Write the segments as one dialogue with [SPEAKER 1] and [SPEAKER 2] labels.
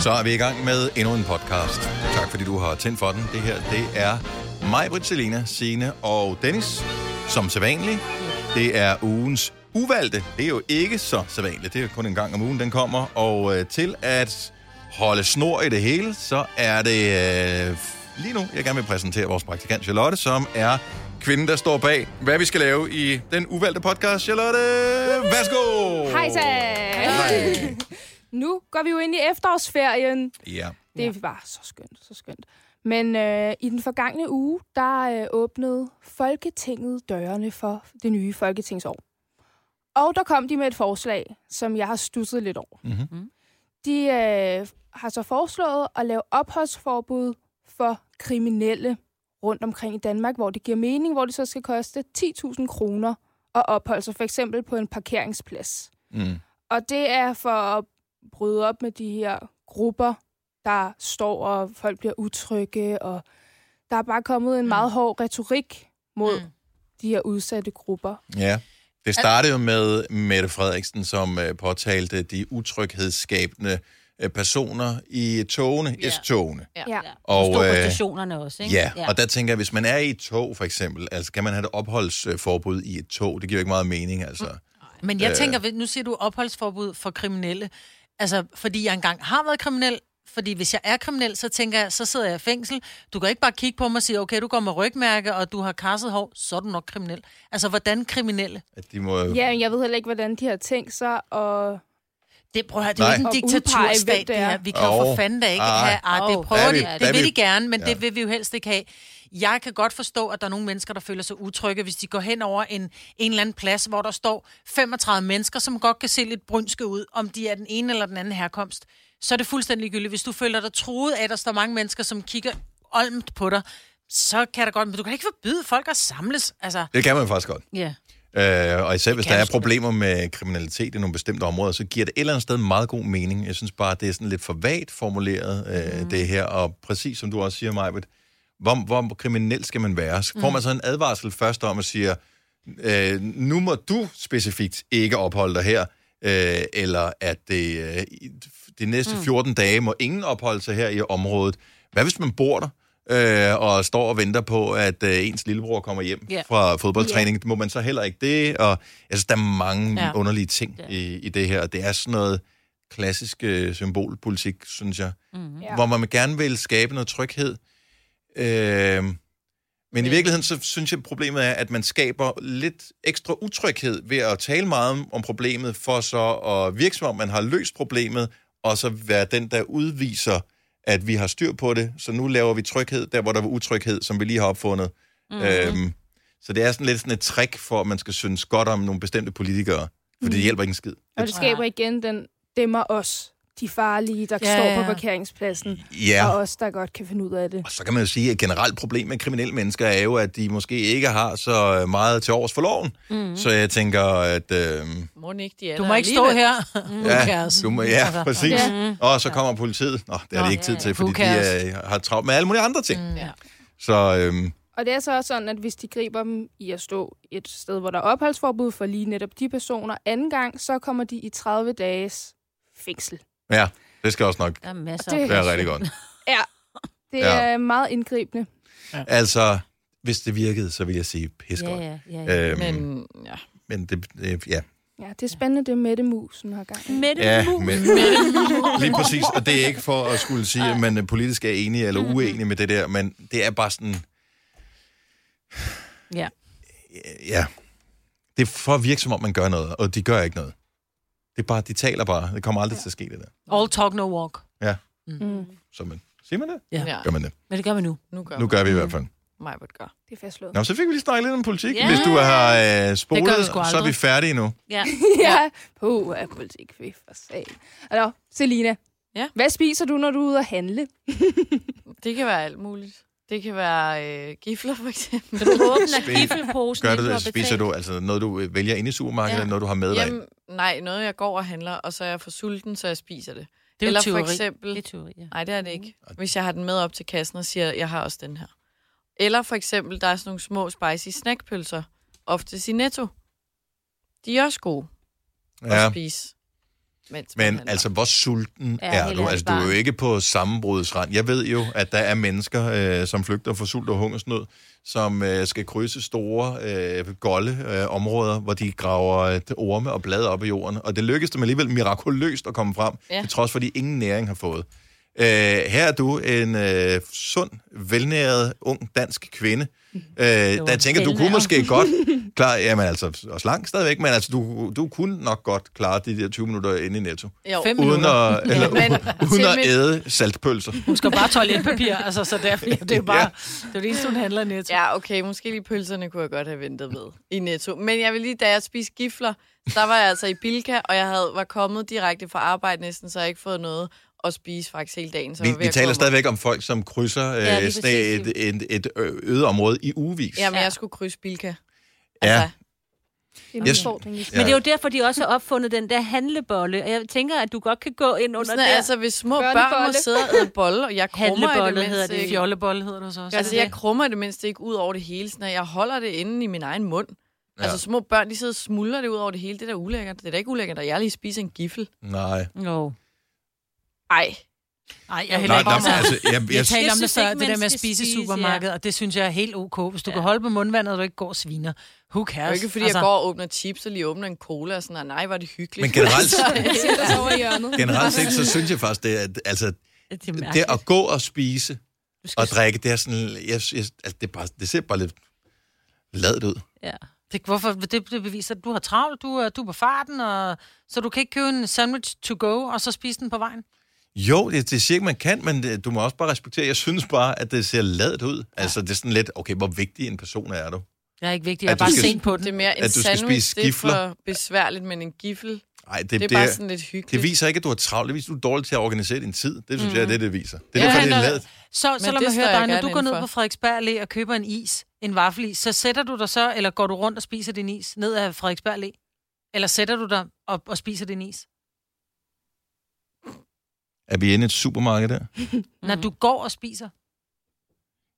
[SPEAKER 1] Så er vi i gang med endnu en podcast. Tak fordi du har tændt for den. Det her, det er mig, Britt, Selina, Signe og Dennis. Som sædvanligt, det er ugens uvalgte. Det er jo ikke så sædvanligt. Det er kun en gang om ugen, den kommer. Og øh, til at holde snor i det hele, så er det øh, lige nu, jeg gerne vil præsentere vores praktikant Charlotte, som er kvinden, der står bag, hvad vi skal lave i den uvalgte podcast. Charlotte, værsgo!
[SPEAKER 2] Hej så! Nu går vi jo ind i efterårsferien.
[SPEAKER 1] Ja.
[SPEAKER 2] Det ja. var så skønt, så skønt. Men øh, i den forgangne uge, der øh, åbnede Folketinget dørene for det nye folketingsår. Og der kom de med et forslag, som jeg har stusset lidt over.
[SPEAKER 1] Mhm.
[SPEAKER 2] De øh, har så foreslået at lave opholdsforbud for kriminelle rundt omkring i Danmark, hvor det giver mening, hvor det så skal koste 10.000 kroner at opholde sig for eksempel på en parkeringsplads.
[SPEAKER 1] Mm.
[SPEAKER 2] Og det er for at bryde op med de her grupper, der står, og folk bliver utrygge, og der er bare kommet en meget hård retorik mod mm. de her udsatte grupper.
[SPEAKER 1] Ja. Det startede jo med Mette Frederiksen, som øh, påtalte de utryghedsskabende øh, personer i togene,
[SPEAKER 3] Ja.
[SPEAKER 1] S-togene.
[SPEAKER 3] Ja.
[SPEAKER 2] Ja.
[SPEAKER 3] ja.
[SPEAKER 1] Og,
[SPEAKER 3] Og, Stå på
[SPEAKER 1] øh,
[SPEAKER 3] stationerne også, ikke?
[SPEAKER 1] Ja, og der tænker jeg, hvis man er i et tog for eksempel, altså kan man have et opholdsforbud i et tog? Det giver jo ikke meget mening, altså.
[SPEAKER 4] Men jeg tænker, ved- nu siger du opholdsforbud for kriminelle. Altså, fordi jeg engang har været kriminel, fordi hvis jeg er kriminel, så tænker jeg, så sidder jeg i fængsel. Du kan ikke bare kigge på mig og sige, okay, du går med rygmærke, og du har kasset hår, så er du nok kriminel. Altså, hvordan kriminelle?
[SPEAKER 1] At de må...
[SPEAKER 2] Ja, men jeg ved heller ikke, hvordan de har tænkt sig, og
[SPEAKER 4] Det, prøv at høre, det er jo
[SPEAKER 1] Nej.
[SPEAKER 4] ikke
[SPEAKER 2] Og
[SPEAKER 4] en
[SPEAKER 2] udpege, hvem
[SPEAKER 4] diktaturstat,
[SPEAKER 2] det
[SPEAKER 4] det
[SPEAKER 2] er.
[SPEAKER 4] her. Vi kan jo
[SPEAKER 1] Åh,
[SPEAKER 4] for fanden da ikke
[SPEAKER 1] ej.
[SPEAKER 4] have... Ah,
[SPEAKER 3] Åh,
[SPEAKER 4] det
[SPEAKER 1] der er
[SPEAKER 4] prøver
[SPEAKER 1] vi-
[SPEAKER 4] de.
[SPEAKER 1] der er
[SPEAKER 4] Det vil
[SPEAKER 1] vi-
[SPEAKER 4] de gerne, men
[SPEAKER 1] Ja.
[SPEAKER 4] det vil vi jo helst ikke have. Jeg kan godt forstå, at der er nogle mennesker, der føler sig utrygge, hvis de går hen over en, en eller anden plads, hvor der står 35 mennesker, som godt kan se lidt brynske ud, om de er den ene eller den anden herkomst. Så er det fuldstændig ligegyldigt. Hvis du føler dig truet af, at der står mange mennesker, som kigger olmt på dig, så kan det godt, men du kan ikke forbyde folk at samles. Altså,
[SPEAKER 1] Det kan man faktisk godt.
[SPEAKER 4] ja.
[SPEAKER 1] Øh, og især hvis
[SPEAKER 4] kan
[SPEAKER 1] der er
[SPEAKER 4] du sgu da.
[SPEAKER 1] problemer med kriminalitet i nogle bestemte områder, så giver det et eller andet sted meget god mening. Jeg synes bare, det er sådan lidt for vagt formuleret, øh, mm. det her. Og præcis som du også siger, Majbet, hvor, hvor kriminel skal man være? Får
[SPEAKER 4] Mm.
[SPEAKER 1] man så en advarsel først om at sige, øh, nu må du specifikt ikke opholde dig her, øh, eller at det, øh, i- de næste
[SPEAKER 4] Mm.
[SPEAKER 1] 14 dage må ingen opholde sig her i området. Hvad hvis man bor der? Øh, og står og venter på, at øh, ens lillebror kommer hjem
[SPEAKER 4] Ja.
[SPEAKER 1] fra fodboldtræning. Må man så heller ikke det? Og, altså, der er mange ja.
[SPEAKER 4] Ja.
[SPEAKER 1] underlige ting i, i det her, og det er sådan noget klassisk øh, symbolpolitik, synes jeg,
[SPEAKER 5] Mm.
[SPEAKER 1] mm-hmm.
[SPEAKER 2] Ja.
[SPEAKER 1] hvor man gerne vil skabe noget tryghed. Øh, men i virkeligheden, så synes jeg, at problemet er, at man skaber lidt ekstra utryghed ved at tale meget om, om problemet, for så at virke som om, man har løst problemet, og så være den, der udviser, at vi har styr på det, så nu laver vi tryghed der, hvor der var utryghed, som vi lige har opfundet. Mm-hmm. Øhm, så det er sådan lidt sådan et trick for, at man skal synes godt om nogle bestemte politikere, for det hjælper ikke en skid.
[SPEAKER 2] og det skaber igen den demmer os, de farlige, der ja,
[SPEAKER 4] Ja,
[SPEAKER 2] står
[SPEAKER 4] ja.
[SPEAKER 2] på parkeringspladsen,
[SPEAKER 1] Ja.
[SPEAKER 2] og os, der godt kan finde ud af det.
[SPEAKER 1] Og så kan man jo sige, at et generelt problem med kriminelle mennesker er jo, at de måske ikke har så øh, meget til års for loven. Mm. Så jeg tænker, at... Øh,
[SPEAKER 3] Må ikke, de er
[SPEAKER 4] Du
[SPEAKER 3] der
[SPEAKER 4] må ikke stå
[SPEAKER 3] alligevel.
[SPEAKER 4] her. Who
[SPEAKER 1] ja,
[SPEAKER 4] cares?
[SPEAKER 1] du må, ja,
[SPEAKER 4] Altså,
[SPEAKER 1] præcis.
[SPEAKER 5] Mm-hmm.
[SPEAKER 2] Ja.
[SPEAKER 1] Og så kommer politiet. Nå, det har
[SPEAKER 4] Nå,
[SPEAKER 1] de ikke tid til,
[SPEAKER 4] ja.
[SPEAKER 1] fordi
[SPEAKER 4] Who
[SPEAKER 1] de øh, har travlt med alle mulige andre ting.
[SPEAKER 4] Mm.
[SPEAKER 3] Ja.
[SPEAKER 1] Så øh,
[SPEAKER 2] Og det er så også sådan, at hvis de griber dem i at stå et sted, hvor der er opholdsforbud for lige netop de personer anden gang, så kommer de i 30 dages fængsel.
[SPEAKER 1] ja, det skal også nok
[SPEAKER 3] Der er masser
[SPEAKER 2] Og det-
[SPEAKER 3] af
[SPEAKER 1] være rigtig godt.
[SPEAKER 2] Det
[SPEAKER 1] Ja.
[SPEAKER 2] ja. er meget indgribende.
[SPEAKER 1] Altså, hvis det virkede, så vil jeg sige pis godt.
[SPEAKER 3] Ja, ja, ja.
[SPEAKER 1] Øhm,
[SPEAKER 3] Men,
[SPEAKER 1] men
[SPEAKER 3] ja.
[SPEAKER 1] men det, det, ja.
[SPEAKER 2] Ja, det er spændende, det Mette Musen har gang. i.
[SPEAKER 3] Mette
[SPEAKER 1] Øh, ja
[SPEAKER 3] Mus.
[SPEAKER 1] men, lige præcis, og det er ikke for at skulle sige, at man øh, politisk er enig eller uenig med det der, men det er bare sådan,
[SPEAKER 3] Ja.
[SPEAKER 1] ja, det er for at virke som om, man gør noget, og de gør ikke noget. Det er bare, de taler bare. Det kommer aldrig ja. til at ske, det der.
[SPEAKER 4] All talk, no walk.
[SPEAKER 2] Mm.
[SPEAKER 1] Så man, siger man det?
[SPEAKER 3] ja.
[SPEAKER 1] Gør man det.
[SPEAKER 4] Men det gør vi nu.
[SPEAKER 3] Nu gør
[SPEAKER 1] Nu gør vi i hvert fald.
[SPEAKER 3] mig, hvad gør.
[SPEAKER 2] Det er fastslået.
[SPEAKER 1] Nå, så fik vi lige snakket lidt om politik.
[SPEAKER 3] Ja.
[SPEAKER 1] Hvis du har øh, spolet,
[SPEAKER 4] Det gør vi sgu
[SPEAKER 1] så er vi
[SPEAKER 4] aldrig.
[SPEAKER 1] færdige nu.
[SPEAKER 3] Ja.
[SPEAKER 2] ja, på af politik, vi for sagen. Altså, Selina,
[SPEAKER 3] Ja?
[SPEAKER 2] hvad spiser du, når du er ude at handle?
[SPEAKER 3] Det kan være alt muligt. Det kan være øh, gifler, for eksempel.
[SPEAKER 5] Så du åbner
[SPEAKER 1] Spil-
[SPEAKER 5] giffelposen,
[SPEAKER 1] Gør
[SPEAKER 5] inden
[SPEAKER 1] du
[SPEAKER 5] har
[SPEAKER 1] det, spiser
[SPEAKER 5] betalt?
[SPEAKER 1] du altså noget, du øh, vælger inde i supermarkedet, ja.
[SPEAKER 3] Ja.
[SPEAKER 1] eller noget, du har med dig?
[SPEAKER 3] Jamen, nej, noget jeg går og handler, og så er jeg for sulten, så jeg spiser det.
[SPEAKER 4] Det er jo
[SPEAKER 3] Eller
[SPEAKER 4] tyveri.
[SPEAKER 3] for eksempel...
[SPEAKER 5] Det er tyveri, ja.
[SPEAKER 3] Nej, det er det ikke.
[SPEAKER 1] Mm.
[SPEAKER 3] Hvis jeg har den med op til kassen og siger, jeg har også den her. Eller for eksempel, der er sådan nogle små spicy snackpølser, ofte i Netto. De er også gode
[SPEAKER 1] Ja.
[SPEAKER 3] at spise. Mens man
[SPEAKER 1] Men
[SPEAKER 3] handler.
[SPEAKER 1] altså, hvor sulten
[SPEAKER 5] Ja,
[SPEAKER 1] ja, er
[SPEAKER 5] helt
[SPEAKER 1] du?
[SPEAKER 5] ærligt,
[SPEAKER 1] Altså, du er jo
[SPEAKER 5] bare.
[SPEAKER 1] ikke på sammenbrudsrand. Jeg ved jo, at der er mennesker, øh, som flygter fra sult og hungersnød, som øh, skal krydse store, øh, golde øh, områder, hvor de graver øh, orme og blade op i jorden. Og det lykkedes dem alligevel mirakuløst at komme frem, ja.
[SPEAKER 3] Ja.
[SPEAKER 1] til trods for, at de ingen næring har fået. Øh, her er du en øh, sund, velnæret, ung dansk kvinde, øh, der tænker, du kunne
[SPEAKER 5] Mhm. velnæret.
[SPEAKER 1] måske godt klare, jamen altså, og slank stadigvæk, men altså, du, du kunne nok godt klare de der 20 minutter inde i Netto.
[SPEAKER 3] Jo.
[SPEAKER 4] Fem
[SPEAKER 1] Uden at, eller,
[SPEAKER 3] Men
[SPEAKER 1] uden
[SPEAKER 3] til
[SPEAKER 1] at
[SPEAKER 3] mit-
[SPEAKER 1] æde saltpølser.
[SPEAKER 4] Hun skal bare toiletpapir, altså, så derfor, ja, det er jo bare,
[SPEAKER 1] Ja.
[SPEAKER 4] ja. det er det eneste, hun handler i netto. Ja.
[SPEAKER 3] Ja, okay, måske lige pølserne kunne jeg godt have ventet ved i Netto. Men jeg vil lige, da jeg spiste gifler, der var jeg altså i Bilka, og jeg havde, var kommet direkte fra arbejde næsten, så jeg ikke fået noget at spise faktisk hele dagen. Så jeg
[SPEAKER 1] Vi,
[SPEAKER 3] var ved
[SPEAKER 1] vi
[SPEAKER 3] at
[SPEAKER 1] taler
[SPEAKER 3] gå-
[SPEAKER 1] stadigvæk om folk, som krydser
[SPEAKER 3] Ja,
[SPEAKER 1] øh,
[SPEAKER 3] lige
[SPEAKER 1] sådan et,
[SPEAKER 3] præcis.
[SPEAKER 1] et, et ø- øde område i ugevis.
[SPEAKER 3] Jamen,
[SPEAKER 5] Ja.
[SPEAKER 3] jeg skulle krydse Bilka.
[SPEAKER 1] Ja.
[SPEAKER 3] altså,
[SPEAKER 2] Det er en
[SPEAKER 1] Jeg-
[SPEAKER 2] udfordring. Ligesom.
[SPEAKER 5] Men det er jo derfor, de også har opfundet den der handlebolle. Og jeg tænker, at du godt kan gå ind under
[SPEAKER 3] Sådan,
[SPEAKER 5] der.
[SPEAKER 3] altså, hvis små børn må
[SPEAKER 2] Børnebolle.
[SPEAKER 3] sidde og æde bolle, og jeg krummer i det,
[SPEAKER 5] Handlebolle
[SPEAKER 3] mindste,
[SPEAKER 5] hedder det.
[SPEAKER 3] ikke?
[SPEAKER 4] Fjollebolle hedder det så også.
[SPEAKER 3] Altså, jeg krummer i det mindste ikke ud over det hele, sådan, at jeg holder det inde i min egen mund. Ja. Altså, små børn, de sidder og smuldrer det ud over det hele. Det er da ulækkert. Det er da ikke ulækkert, at jeg lige spiser en gifle.
[SPEAKER 1] Nej.
[SPEAKER 5] No.
[SPEAKER 3] Ej,
[SPEAKER 4] Nej, jeg er heller
[SPEAKER 1] Nej,
[SPEAKER 4] ikke
[SPEAKER 1] nej,
[SPEAKER 4] om
[SPEAKER 1] men altså, jeg,
[SPEAKER 4] Jeg
[SPEAKER 1] jeg,
[SPEAKER 4] talte
[SPEAKER 5] Jeg
[SPEAKER 4] om det
[SPEAKER 5] synes
[SPEAKER 4] før,
[SPEAKER 5] ikke,
[SPEAKER 4] det der
[SPEAKER 5] man
[SPEAKER 4] med at
[SPEAKER 5] skal
[SPEAKER 4] spise i
[SPEAKER 5] spise, ja.
[SPEAKER 4] supermarkedet, og det synes jeg er helt ok. Hvis du kan holde på mundvandet, og du ikke går og sviner. Who
[SPEAKER 3] det er
[SPEAKER 4] cares?
[SPEAKER 3] jo ikke, fordi altså... jeg går og åbner chips og lige åbner en cola og sådan, og nej, var det hyggeligt.
[SPEAKER 1] men generelt,
[SPEAKER 2] Jeg sætter sig over i hjørnet.
[SPEAKER 1] generelt set, så synes jeg faktisk, det er, at- altså,
[SPEAKER 5] Det er
[SPEAKER 1] det
[SPEAKER 5] mærkeligt.
[SPEAKER 1] at gå og spise og drikke, det er sådan, jeg, jeg, altså, det, er bare, det ser bare lidt ladet ud.
[SPEAKER 5] Ja.
[SPEAKER 4] Det, hvorfor? Det, det beviser, at du har travlt, du er, du er på farten, og, så du kan ikke købe en sandwich to go, og så spise den på vejen.
[SPEAKER 1] Jo, det, det siger ikke, man kan, men det, du må også bare respektere, jeg synes bare, at det ser ladet ud. Altså, det er sådan lidt, okay, hvor vigtig en person er du?
[SPEAKER 4] Jeg er ikke vigtig,
[SPEAKER 1] At
[SPEAKER 4] jeg er
[SPEAKER 1] du
[SPEAKER 4] bare
[SPEAKER 1] skal-
[SPEAKER 4] sent på
[SPEAKER 3] Det er
[SPEAKER 4] den.
[SPEAKER 3] mere en
[SPEAKER 1] At du skal spise
[SPEAKER 3] sandwich, det er
[SPEAKER 1] gifler.
[SPEAKER 3] for besværligt, men en gifle, det,
[SPEAKER 1] Nej, det,
[SPEAKER 3] det er bare sådan lidt
[SPEAKER 1] Det
[SPEAKER 3] hyggeligt.
[SPEAKER 1] viser ikke, at du har travlt. Det viser, at du er dårlig til at organisere din tid. Det synes mm. jeg, er det, det viser. Det er
[SPEAKER 3] Ja,
[SPEAKER 1] derfor,
[SPEAKER 3] han
[SPEAKER 1] det er
[SPEAKER 3] er-
[SPEAKER 1] ladet.
[SPEAKER 4] Så, så
[SPEAKER 3] Men
[SPEAKER 4] lad
[SPEAKER 3] det
[SPEAKER 4] mig
[SPEAKER 3] står jeg
[SPEAKER 4] høre dig, når
[SPEAKER 3] gerne
[SPEAKER 4] du går ned
[SPEAKER 3] indenfor.
[SPEAKER 4] på Frederiksberg Allé og køber en is, en vaffelis, så sætter du dig så, eller går du rundt og spiser din is ned ad Frederiksberg Allé? Eller sætter du dig op og spiser din is?
[SPEAKER 1] Er vi inde i et supermarked der?
[SPEAKER 4] Mm. Når du går og spiser.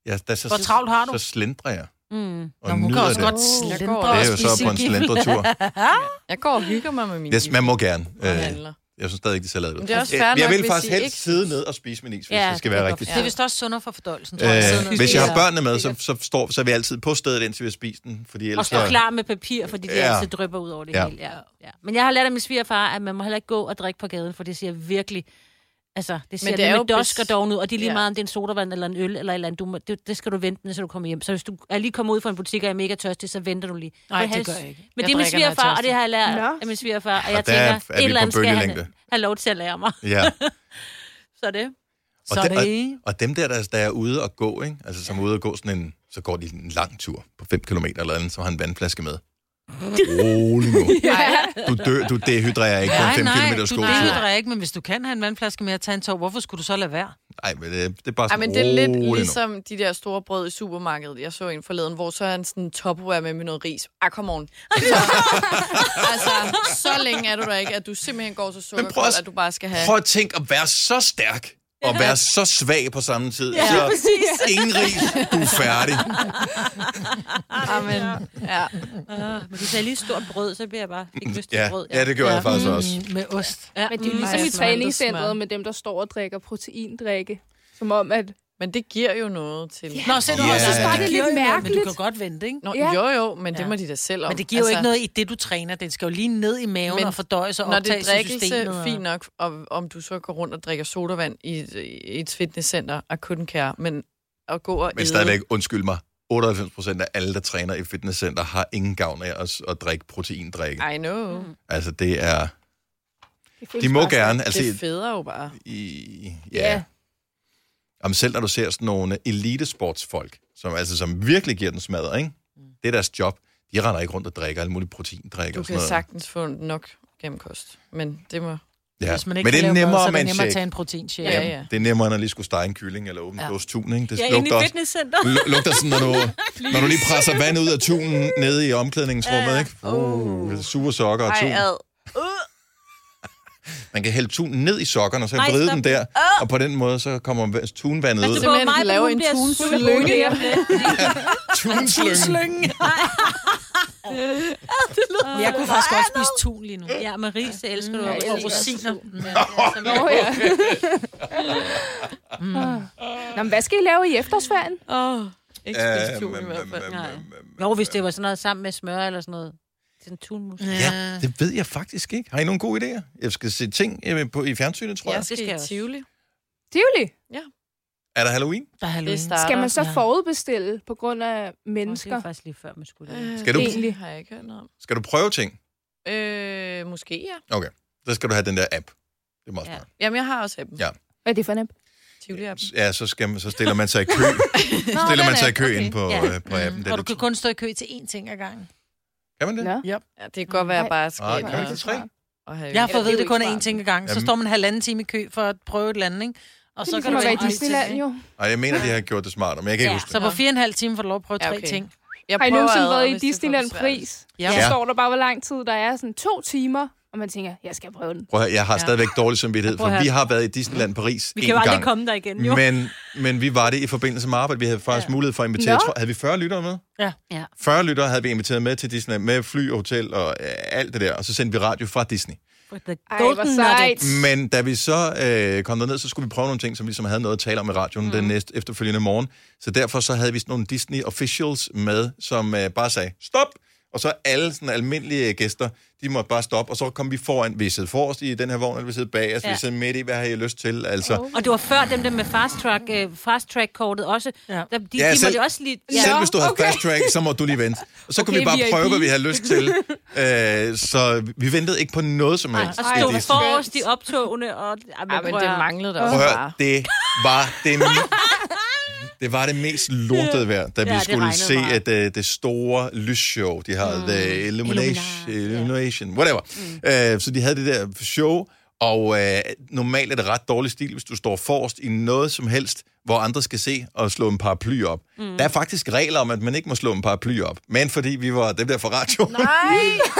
[SPEAKER 1] Ja, der så,
[SPEAKER 4] Hvor travlt har du?
[SPEAKER 1] Så slendrer jeg.
[SPEAKER 5] Mm.
[SPEAKER 1] Og Nå, nyder det.
[SPEAKER 3] godt slindre
[SPEAKER 4] Jeg går
[SPEAKER 3] og
[SPEAKER 1] det er
[SPEAKER 4] og
[SPEAKER 1] jo så
[SPEAKER 4] spiser
[SPEAKER 1] på en
[SPEAKER 4] gifler.
[SPEAKER 1] slendretur.
[SPEAKER 3] Jeg går og hygger mig med min
[SPEAKER 1] Yes, man må gerne.
[SPEAKER 3] og
[SPEAKER 1] Øh,
[SPEAKER 3] handler.
[SPEAKER 1] jeg synes stadig ikke, det ser ladet ud.
[SPEAKER 3] Men det er også
[SPEAKER 1] Øh,
[SPEAKER 3] fair
[SPEAKER 1] jeg
[SPEAKER 3] nok,
[SPEAKER 1] vil
[SPEAKER 3] hvis
[SPEAKER 1] faktisk
[SPEAKER 3] I
[SPEAKER 1] helst
[SPEAKER 3] ikke
[SPEAKER 1] sidde
[SPEAKER 3] synes-
[SPEAKER 1] ned og spise min is, hvis
[SPEAKER 5] Ja,
[SPEAKER 1] det skal
[SPEAKER 5] det
[SPEAKER 1] være
[SPEAKER 5] er
[SPEAKER 1] rigtigt.
[SPEAKER 4] Det er vist også sundere for fordøjelsen, tror jeg. at sidde ned
[SPEAKER 1] Øh,
[SPEAKER 4] og
[SPEAKER 1] hvis jeg har
[SPEAKER 4] spise.
[SPEAKER 1] børnene med, så, så, står, så er vi altid på stedet, indtil vi har spist den. Fordi ellers
[SPEAKER 5] Og stå
[SPEAKER 1] så-
[SPEAKER 5] klar med papir, fordi det
[SPEAKER 1] Ja.
[SPEAKER 5] ja. altid drypper ud over det
[SPEAKER 1] Ja.
[SPEAKER 5] ja. hele. Ja. Ja. Men jeg har lært af min svigerfar, at man må heller ikke gå og drikke på gaden, for det ser virkelig... Altså, det ser
[SPEAKER 3] det
[SPEAKER 5] det
[SPEAKER 3] er
[SPEAKER 5] med
[SPEAKER 3] jo
[SPEAKER 5] dosk
[SPEAKER 3] bes-
[SPEAKER 5] og doven ud, og det er lige
[SPEAKER 3] Ja.
[SPEAKER 5] ja. meget, om det er en sodavand eller en øl eller et eller andet. Du må, det, det, skal du vente med, så du kommer hjem. Så hvis du er lige kommet ud fra en butik og er mega tørstig, så venter du lige.
[SPEAKER 4] Nej,
[SPEAKER 5] For
[SPEAKER 4] det
[SPEAKER 5] helst-
[SPEAKER 4] gør jeg ikke.
[SPEAKER 5] Men
[SPEAKER 4] Jeg
[SPEAKER 5] det er min
[SPEAKER 4] drikker, når jeg er
[SPEAKER 5] svigerfar, og det
[SPEAKER 4] tørstig.
[SPEAKER 5] har jeg lært
[SPEAKER 2] Nå.
[SPEAKER 5] af min svigerfar. Og,
[SPEAKER 1] Og
[SPEAKER 5] jeg
[SPEAKER 1] der er-
[SPEAKER 5] tænker,
[SPEAKER 1] er vi
[SPEAKER 5] et
[SPEAKER 1] på
[SPEAKER 5] eller andet skal
[SPEAKER 1] bølgelængde.
[SPEAKER 5] han have lov til at lære mig.
[SPEAKER 1] Ja.
[SPEAKER 5] Så det.
[SPEAKER 1] Og,
[SPEAKER 4] Så er
[SPEAKER 1] de,
[SPEAKER 4] det ikke.
[SPEAKER 1] og, og dem der, der, der er ude og gå, ikke? altså som er ude og gå sådan en, så går de en lang tur på 5 km eller andet, så har en vandflaske med. Rolig nu. Du, dør, du dehydrerer ikke på en
[SPEAKER 4] Nej,
[SPEAKER 1] 5
[SPEAKER 4] nej,
[SPEAKER 1] km
[SPEAKER 4] du
[SPEAKER 1] skotur.
[SPEAKER 4] dehydrerer ikke, men hvis du kan have en vandflaske med at tage en tår, hvorfor skulle du så lade være?
[SPEAKER 1] Nej, men øh, det, det er bare
[SPEAKER 3] Ej,
[SPEAKER 1] sådan
[SPEAKER 3] men det er lidt
[SPEAKER 1] rolig nu.
[SPEAKER 3] ligesom de der store brød i supermarkedet, jeg så en forleden, hvor så er han sådan en topware med, med noget ris. Ah, come on. Så, altså, så længe er du der ikke, at du simpelthen går så sukkerkold,
[SPEAKER 1] også-
[SPEAKER 3] at du bare skal have...
[SPEAKER 1] Prøv at tænke at være så stærk og være så svag på samme tid. Ja, så
[SPEAKER 5] præcis.
[SPEAKER 1] ingen ris, du er færdig.
[SPEAKER 3] Amen. Ja.
[SPEAKER 5] Men hvis Ah, jeg er lige et stort brød, så bliver jeg bare ikke lyst til
[SPEAKER 1] Mm, Ja,
[SPEAKER 5] brød.
[SPEAKER 1] ja det gjorde ja. jeg faktisk også.
[SPEAKER 5] Mm.
[SPEAKER 4] Med ost.
[SPEAKER 5] ja.
[SPEAKER 2] Men det er jo
[SPEAKER 5] Mm.
[SPEAKER 2] ligesom
[SPEAKER 3] Ej,
[SPEAKER 2] i
[SPEAKER 3] smør.
[SPEAKER 2] træningscentret med dem, der står og drikker proteindrikke. Som om, at...
[SPEAKER 3] Men det giver jo noget til...
[SPEAKER 4] Nå, så du
[SPEAKER 1] Ja.
[SPEAKER 4] yeah. også
[SPEAKER 1] Jeg synes bare,
[SPEAKER 4] det,
[SPEAKER 1] det
[SPEAKER 2] er
[SPEAKER 4] giver
[SPEAKER 2] lidt
[SPEAKER 4] jo noget, Men
[SPEAKER 2] mærkeligt.
[SPEAKER 4] du kan godt vente, ikke?
[SPEAKER 3] Nå,
[SPEAKER 2] Ja.
[SPEAKER 3] jo jo, men det
[SPEAKER 4] Ja.
[SPEAKER 3] må de da selv om.
[SPEAKER 4] Men det giver altså, jo ikke noget i det, du træner. Den skal jo lige ned i maven
[SPEAKER 3] Men
[SPEAKER 4] og fordøjes og
[SPEAKER 3] Når det er
[SPEAKER 4] optages i
[SPEAKER 3] drikkelse,
[SPEAKER 4] systemet. og-
[SPEAKER 3] fint nok, og, om du så går rundt og drikker sodavand i et, i et fitnesscenter, I couldn't care, men at gå og
[SPEAKER 1] Men
[SPEAKER 3] æde-
[SPEAKER 1] stadigvæk, undskyld mig, 98 procent af alle, der træner i fitnesscenter, har ingen gavn af at, at drikke proteindrikke.
[SPEAKER 3] I know. Mm.
[SPEAKER 1] Altså, det er...
[SPEAKER 2] det føles
[SPEAKER 1] De må
[SPEAKER 2] bare sådan.
[SPEAKER 1] gerne, altså...
[SPEAKER 3] Det federe jo bare.
[SPEAKER 1] I, ja.
[SPEAKER 2] Ja.
[SPEAKER 1] ja. Jamen selv når du ser sådan nogle elitesportsfolk, som, altså, som virkelig giver den smadret, ikke?
[SPEAKER 4] Mm.
[SPEAKER 1] Det er deres job. De render ikke rundt og drikker alle mulige proteindrikker
[SPEAKER 3] Du
[SPEAKER 1] og sådan
[SPEAKER 3] kan
[SPEAKER 1] noget.
[SPEAKER 3] sagtens få nok gennem kost, men det må...
[SPEAKER 1] Ja.
[SPEAKER 4] Hvis man ikke
[SPEAKER 1] Men det
[SPEAKER 4] kan
[SPEAKER 1] er
[SPEAKER 4] lave mad,
[SPEAKER 1] nemmere
[SPEAKER 4] så er
[SPEAKER 1] med
[SPEAKER 4] det
[SPEAKER 1] en
[SPEAKER 4] nemmere at tage
[SPEAKER 1] shake.
[SPEAKER 4] en proteinshake.
[SPEAKER 3] Ja, ja.
[SPEAKER 1] Det er nemmere, end at lige skulle stege en kylling eller åbne ja. dåse tun, ikke? Det
[SPEAKER 5] Jeg er inde
[SPEAKER 1] lugter,
[SPEAKER 5] i
[SPEAKER 1] også,
[SPEAKER 5] fitnesscenter.
[SPEAKER 1] lu- lugter sådan, når du, når du lige presser vand ud af tunen nede i omklædningsrummet, ikke? Uh, sure sokker og tun.
[SPEAKER 3] ad.
[SPEAKER 1] Man kan hælde tunen ned i sokkerne, og så
[SPEAKER 5] Nej,
[SPEAKER 1] vride
[SPEAKER 5] stop.
[SPEAKER 1] den der, og på den måde, så kommer tunvandet
[SPEAKER 5] Altså,
[SPEAKER 1] ud.
[SPEAKER 5] hvor
[SPEAKER 3] Simpelthen
[SPEAKER 5] meget
[SPEAKER 3] lave
[SPEAKER 5] hun
[SPEAKER 3] en
[SPEAKER 5] bliver
[SPEAKER 3] tunslynge.
[SPEAKER 5] sulten.
[SPEAKER 1] Tunslyngen.
[SPEAKER 4] Men jeg kunne faktisk godt spise tun lige nu.
[SPEAKER 5] Ja, med ris, det elsker du.
[SPEAKER 3] Mm, jeg
[SPEAKER 4] Og
[SPEAKER 3] elsker
[SPEAKER 4] rosiner.
[SPEAKER 2] Nå, ja. Ah. Nå, men hvad skal I lave i efterårsferien?
[SPEAKER 3] Åh, oh, ikke spise tun i
[SPEAKER 1] Øhm,
[SPEAKER 3] hvert
[SPEAKER 1] øhm,
[SPEAKER 3] fald.
[SPEAKER 1] øhm,
[SPEAKER 5] Nej.
[SPEAKER 1] øhm, øhm.
[SPEAKER 5] Nå, hvis det var sådan noget sammen med smør eller sådan noget. Til en tunmus.
[SPEAKER 4] Mm.
[SPEAKER 5] Ja.
[SPEAKER 1] Ja, det ved jeg faktisk ikke. Har I nogle gode idéer? Jeg skal se ting øh, på, i fjernsynet, tror
[SPEAKER 3] Jeg
[SPEAKER 1] jeg.
[SPEAKER 5] det skal
[SPEAKER 3] skal
[SPEAKER 5] jeg
[SPEAKER 3] i
[SPEAKER 5] også.
[SPEAKER 3] Tivoli.
[SPEAKER 2] Tivoli.
[SPEAKER 1] Er der Halloween?
[SPEAKER 4] Der er
[SPEAKER 3] Det
[SPEAKER 4] Halloween.
[SPEAKER 3] starter.
[SPEAKER 2] Skal man så
[SPEAKER 4] Ja.
[SPEAKER 2] forudbestille på grund af
[SPEAKER 5] Det var
[SPEAKER 2] mennesker?
[SPEAKER 5] faktisk lige før, man skulle det.
[SPEAKER 3] Øh,
[SPEAKER 1] Skal du-
[SPEAKER 3] Egentlig har jeg ikke hørt noget om.
[SPEAKER 1] Skal du prøve ting?
[SPEAKER 3] Øh, måske ja.
[SPEAKER 1] Så skal du have den der app. Det er meget
[SPEAKER 5] Ja.
[SPEAKER 1] smart.
[SPEAKER 3] Jamen, jeg har også appen.
[SPEAKER 1] Ja.
[SPEAKER 2] Hvad er det for en app?
[SPEAKER 3] Tivoli-appen.
[SPEAKER 1] Ja, så, skal, man- så stiller man sig i kø. Så stiller man sig i kø okay. ind på,
[SPEAKER 5] Ja. Mm.
[SPEAKER 1] ja. øh, på appen. Det er
[SPEAKER 4] Og du
[SPEAKER 1] lidt-
[SPEAKER 4] kan kun stå i kø til én ting ad gangen.
[SPEAKER 1] Kan man det?
[SPEAKER 2] Nå.
[SPEAKER 3] Ja, det kan godt være, at jeg bare skal
[SPEAKER 1] Nej,
[SPEAKER 3] ind
[SPEAKER 1] kan man
[SPEAKER 3] og-
[SPEAKER 1] ikke tre?
[SPEAKER 3] og have-
[SPEAKER 4] Jeg har
[SPEAKER 3] Eller
[SPEAKER 4] fået at vide,
[SPEAKER 3] er
[SPEAKER 4] at det
[SPEAKER 3] jo
[SPEAKER 4] kun
[SPEAKER 3] ikke
[SPEAKER 4] er én ting ad gangen. Så
[SPEAKER 1] Jamen.
[SPEAKER 4] står man halvanden time i kø for at prøve et eller andet, ikke? Og
[SPEAKER 2] Det
[SPEAKER 4] så
[SPEAKER 2] er ligesom
[SPEAKER 4] kan du
[SPEAKER 2] at være i
[SPEAKER 4] vælge en
[SPEAKER 2] Disneyland,
[SPEAKER 4] ting,
[SPEAKER 2] jo.
[SPEAKER 1] Ej, jeg mener, de har gjort det smartere, men jeg kan ikke
[SPEAKER 5] Ja.
[SPEAKER 1] huske
[SPEAKER 4] ikke?
[SPEAKER 1] det.
[SPEAKER 4] Så på fire og en halv time får du lov at prøve
[SPEAKER 3] Ja,
[SPEAKER 4] tre
[SPEAKER 3] okay.
[SPEAKER 4] ting.
[SPEAKER 3] smart. Jeg
[SPEAKER 2] Har I
[SPEAKER 3] prøver
[SPEAKER 2] nogensinde
[SPEAKER 3] ad,
[SPEAKER 2] været i
[SPEAKER 3] hvis det er for
[SPEAKER 2] Disneyland
[SPEAKER 3] besværligt.
[SPEAKER 2] Paris?
[SPEAKER 4] Ja.
[SPEAKER 2] Ja.
[SPEAKER 1] Ja.
[SPEAKER 2] Så står der bare, hvor lang tid der er. Sådan to timer. Og man tænker, jeg skal prøve den.
[SPEAKER 1] Prøv at, høre, jeg har
[SPEAKER 4] Ja.
[SPEAKER 1] stadigvæk dårlig samvittighed,
[SPEAKER 5] Prøv at
[SPEAKER 1] for
[SPEAKER 5] høre.
[SPEAKER 1] vi har været i Disneyland Paris
[SPEAKER 5] Vi
[SPEAKER 1] én
[SPEAKER 5] kan jo aldrig
[SPEAKER 1] gang.
[SPEAKER 5] komme der igen, jo.
[SPEAKER 1] Men, men vi var det i forbindelse med arbejde. Vi havde faktisk
[SPEAKER 5] Ja.
[SPEAKER 1] ja. mulighed for at invitere.
[SPEAKER 2] Nå.
[SPEAKER 1] Jeg tror, havde vi 40 lyttere med?
[SPEAKER 4] Ja.
[SPEAKER 5] Ja.
[SPEAKER 1] 40 lyttere havde vi inviteret med til Disneyland, med fly og hotel og øh, alt det der. Og så sendte vi radio fra Disney.
[SPEAKER 5] The
[SPEAKER 2] Ej, hvor
[SPEAKER 5] golden nugget.
[SPEAKER 2] sejt.
[SPEAKER 1] Men da vi så øh, kom derned, så skulle vi prøve nogle ting, som vi ligesom havde noget at tale om i radioen mm. den næste efterfølgende morgen. Så derfor så havde vi sådan nogle Disney officials med, som øh, bare sagde, stop! Og så alle sådan almindelige gæster, de måtte bare stoppe, og så kom vi foran. Vi sidder forrest i den her vogn, eller vi sidder bag os, ja.
[SPEAKER 5] Ja.
[SPEAKER 1] vi sidder midt i, hvad har I lyst til? Altså, oh.
[SPEAKER 5] Og det var før dem der med fast track, øh, fast track kortet også.
[SPEAKER 4] Ja.
[SPEAKER 5] Ja. Der, de,
[SPEAKER 1] Ja,
[SPEAKER 5] ja, de
[SPEAKER 1] selv-
[SPEAKER 5] måtte også lige...
[SPEAKER 1] Ja,
[SPEAKER 5] Ja.
[SPEAKER 1] Selv hvis du havde okay.
[SPEAKER 2] okay.
[SPEAKER 1] fast track, så må du lige vente. Og så okay, kunne
[SPEAKER 2] Okay,
[SPEAKER 1] vi bare
[SPEAKER 2] VIP.
[SPEAKER 1] prøve, hvad vi havde lyst til. Øh, så vi ventede ikke på noget som helst.
[SPEAKER 5] Og
[SPEAKER 1] i
[SPEAKER 5] stod
[SPEAKER 1] Disney.
[SPEAKER 5] forrest i optogene, og... Ej,
[SPEAKER 3] Ja, men
[SPEAKER 5] prøv
[SPEAKER 3] det
[SPEAKER 5] at-
[SPEAKER 3] manglede der
[SPEAKER 1] Prøv
[SPEAKER 3] også
[SPEAKER 1] at
[SPEAKER 3] bare.
[SPEAKER 1] høre, det var det, det var det mest lortede vejr, da vi
[SPEAKER 5] Ja, det
[SPEAKER 1] skulle
[SPEAKER 5] regnede
[SPEAKER 1] se
[SPEAKER 5] bare.
[SPEAKER 1] at, uh, det store lysshow. De havde mm. The Illumination,
[SPEAKER 5] Illuminati, ja.
[SPEAKER 1] Illumination whatever. Mm. Uh, så de havde det der show, og uh, normalt er det ret dårlig stil, hvis du står forrest i noget som helst, hvor andre skal se og slå en paraply op. Mm. Der er faktisk regler om, at man ikke må slå en paraply op. Men fordi vi var dem der fra radioen,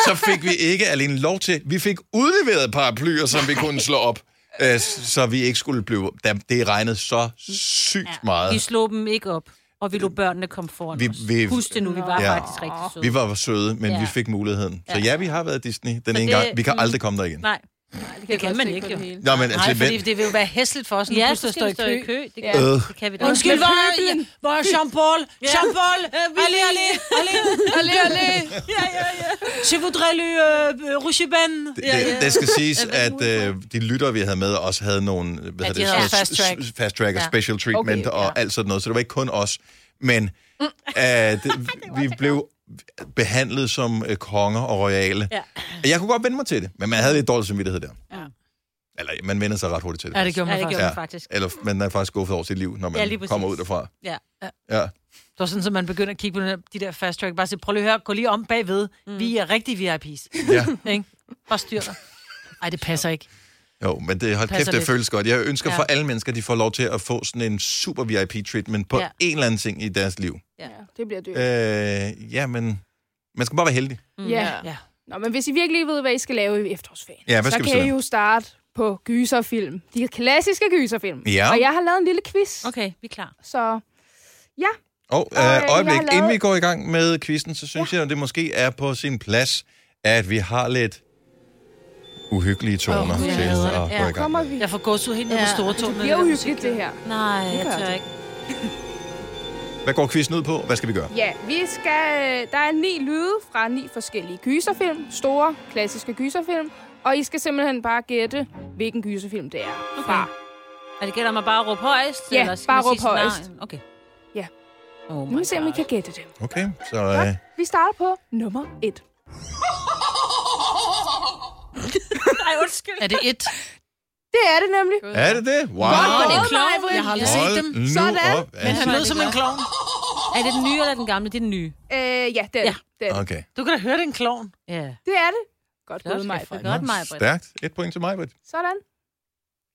[SPEAKER 1] så fik vi ikke alene lov til, vi fik udleveret paraplyer, som vi kunne slå op, øh, så vi ikke skulle blive... da- Det regnede så sygt ja.
[SPEAKER 5] De
[SPEAKER 1] meget.
[SPEAKER 5] slog dem ikke op, og vi lå børnene komme foran
[SPEAKER 1] Vi-
[SPEAKER 5] vi, os.
[SPEAKER 1] vi-
[SPEAKER 5] Husk det nu, vi var
[SPEAKER 1] Ja.
[SPEAKER 5] ja. faktisk rigtig søde.
[SPEAKER 1] Vi var søde, men ja.
[SPEAKER 5] Ja.
[SPEAKER 1] vi fik muligheden. Så ja, vi har været i Disney den
[SPEAKER 5] Så
[SPEAKER 1] ene
[SPEAKER 5] det-
[SPEAKER 1] gang. Vi kan aldrig komme der igen.
[SPEAKER 5] Nej, det kan man ikke, jo.
[SPEAKER 1] Nå, men altså,
[SPEAKER 4] Nej, fordi
[SPEAKER 1] vent.
[SPEAKER 4] det vil jo være hæsligt for os, nu
[SPEAKER 5] Ja,
[SPEAKER 4] ja,
[SPEAKER 5] så
[SPEAKER 4] pludselig
[SPEAKER 5] skal vi
[SPEAKER 4] at
[SPEAKER 5] stå
[SPEAKER 4] stå kø.
[SPEAKER 5] i kø. Det,
[SPEAKER 1] Ja.
[SPEAKER 5] kan, det kan vi da.
[SPEAKER 4] Undskyld,
[SPEAKER 5] Men
[SPEAKER 4] hvor er, hvor er Jean-Paul? Jean-Paul! Allez, allez, allez, allez, allez! Ja, ja, ja. Je voudrais le
[SPEAKER 5] euh,
[SPEAKER 4] uh, rouge
[SPEAKER 1] Det, det, det skal siges, at øh, de lytter, vi havde med, også havde nogle hvad
[SPEAKER 4] Ja,
[SPEAKER 1] ja,
[SPEAKER 4] de
[SPEAKER 1] det,
[SPEAKER 4] havde
[SPEAKER 1] sådan noget
[SPEAKER 4] fast track.
[SPEAKER 1] s- s- fast track og
[SPEAKER 4] Ja.
[SPEAKER 1] special treatment
[SPEAKER 2] Okay,
[SPEAKER 1] og
[SPEAKER 2] ja.
[SPEAKER 1] alt sådan noget, så det var ikke kun os. Men øh, det, vi blev behandlet som øh, konger og royale.
[SPEAKER 5] Ja.
[SPEAKER 1] Jeg kunne godt vende mig til det, men man havde lidt dårlig samvittighed der.
[SPEAKER 5] Ja.
[SPEAKER 1] Eller man vender sig ret hurtigt til det.
[SPEAKER 4] Ja, det gjorde man
[SPEAKER 5] Ja, det
[SPEAKER 4] faktisk.
[SPEAKER 5] gjorde man faktisk.
[SPEAKER 1] Eller man er faktisk skuffet over sit liv, når man
[SPEAKER 5] Ja,
[SPEAKER 1] ja,
[SPEAKER 5] lige præcis.
[SPEAKER 1] kommer ud derfra.
[SPEAKER 5] Ja.
[SPEAKER 1] Ja.
[SPEAKER 4] Det var sådan, at man begynder at kigge på den der- de der fast track. Bare sige, prøv lige at høre, gå lige om bagved. Mm. Vi er rigtige VIP's.
[SPEAKER 1] ja.
[SPEAKER 4] Ikke? Bare styr dig. Ej, det passer ikke.
[SPEAKER 1] Jo, men det, hold
[SPEAKER 4] Passer
[SPEAKER 1] kæft, det
[SPEAKER 4] lidt.
[SPEAKER 1] føles godt. Jeg ønsker ja.
[SPEAKER 4] Ja.
[SPEAKER 1] for alle mennesker, at de får lov til at få sådan en super VIP-treatment på ja.
[SPEAKER 5] Ja.
[SPEAKER 1] en eller anden ting i deres liv.
[SPEAKER 2] Ja, det bliver dyrt.
[SPEAKER 1] Øh, ja, men man skal bare være heldig.
[SPEAKER 2] Ja.
[SPEAKER 4] Ja.
[SPEAKER 2] Nå, men hvis I virkelig ved, hvad I skal lave i efterårsferien,
[SPEAKER 1] Ja, hvad
[SPEAKER 2] så
[SPEAKER 1] skal vi
[SPEAKER 2] kan
[SPEAKER 1] så
[SPEAKER 2] I
[SPEAKER 1] lave?
[SPEAKER 2] jo starte på gyserfilm. De klassiske gyserfilm.
[SPEAKER 1] Ja.
[SPEAKER 2] Og jeg har lavet en lille quiz,
[SPEAKER 5] Okay, vi er klar.
[SPEAKER 2] så
[SPEAKER 1] Og
[SPEAKER 2] Og, øh,
[SPEAKER 1] øh, øjeblik,
[SPEAKER 2] jeg har lavet-
[SPEAKER 1] inden vi går i gang med quizzen, så synes ja. jeg, at det måske er på sin plads, at vi har lidt uhyggelige toner oh,
[SPEAKER 4] Åh,
[SPEAKER 1] til
[SPEAKER 4] Gud, jeg
[SPEAKER 1] at
[SPEAKER 4] hader det.
[SPEAKER 1] gå
[SPEAKER 4] Ja,
[SPEAKER 1] i gang.
[SPEAKER 2] kommer
[SPEAKER 1] med.
[SPEAKER 2] vi.
[SPEAKER 4] Jeg får gås ud helt med ja.
[SPEAKER 5] Ja.
[SPEAKER 4] store tog.
[SPEAKER 2] Det bliver uhyggeligt, det her.
[SPEAKER 5] Nej, jeg
[SPEAKER 2] gør
[SPEAKER 5] tør
[SPEAKER 2] det.
[SPEAKER 5] ikke.
[SPEAKER 1] Hvad går quizzen ud på? Hvad skal vi gøre?
[SPEAKER 2] Ja, vi skal... Der er ni lyde fra ni forskellige gyserfilm. Store, klassiske gyserfilm. Og I skal simpelthen bare gætte, hvilken gyserfilm det er.
[SPEAKER 5] Okay. Og det gælder om at bare råbe højst?
[SPEAKER 2] Ja,
[SPEAKER 5] eller skal
[SPEAKER 2] bare
[SPEAKER 5] man sige
[SPEAKER 2] råbe
[SPEAKER 5] sit
[SPEAKER 2] højst.
[SPEAKER 5] navn? Okay.
[SPEAKER 2] Ja.
[SPEAKER 5] Oh
[SPEAKER 2] Nu må vi se, om I
[SPEAKER 5] my
[SPEAKER 2] kan gætte det.
[SPEAKER 1] Okay, så... Øh,
[SPEAKER 2] Vi starter på nummer et.
[SPEAKER 5] God. Ej, undskyld.
[SPEAKER 4] Er det et?
[SPEAKER 2] Det er det nemlig.
[SPEAKER 1] er det det? Wow!
[SPEAKER 4] Godt gået,
[SPEAKER 2] gået,
[SPEAKER 4] klovn.
[SPEAKER 2] Maj-Brit.
[SPEAKER 4] Jeg har aldrig set dem.
[SPEAKER 1] Hold nu
[SPEAKER 2] Sådan.
[SPEAKER 1] op.
[SPEAKER 4] Men
[SPEAKER 1] Ja.
[SPEAKER 4] han lød som en klovn.
[SPEAKER 5] Er det den nye eller den gamle? Det er den nye.
[SPEAKER 2] Øh, ja, det er
[SPEAKER 5] Ja.
[SPEAKER 2] det. det. er det.
[SPEAKER 1] Okay.
[SPEAKER 4] Du kan da høre, det er en klovn.
[SPEAKER 5] Ja.
[SPEAKER 2] Det er det. Godt gået, Maja.
[SPEAKER 5] for godt, mig, Britt.
[SPEAKER 1] Stærkt. Et point til mig, Britt.
[SPEAKER 2] Sådan.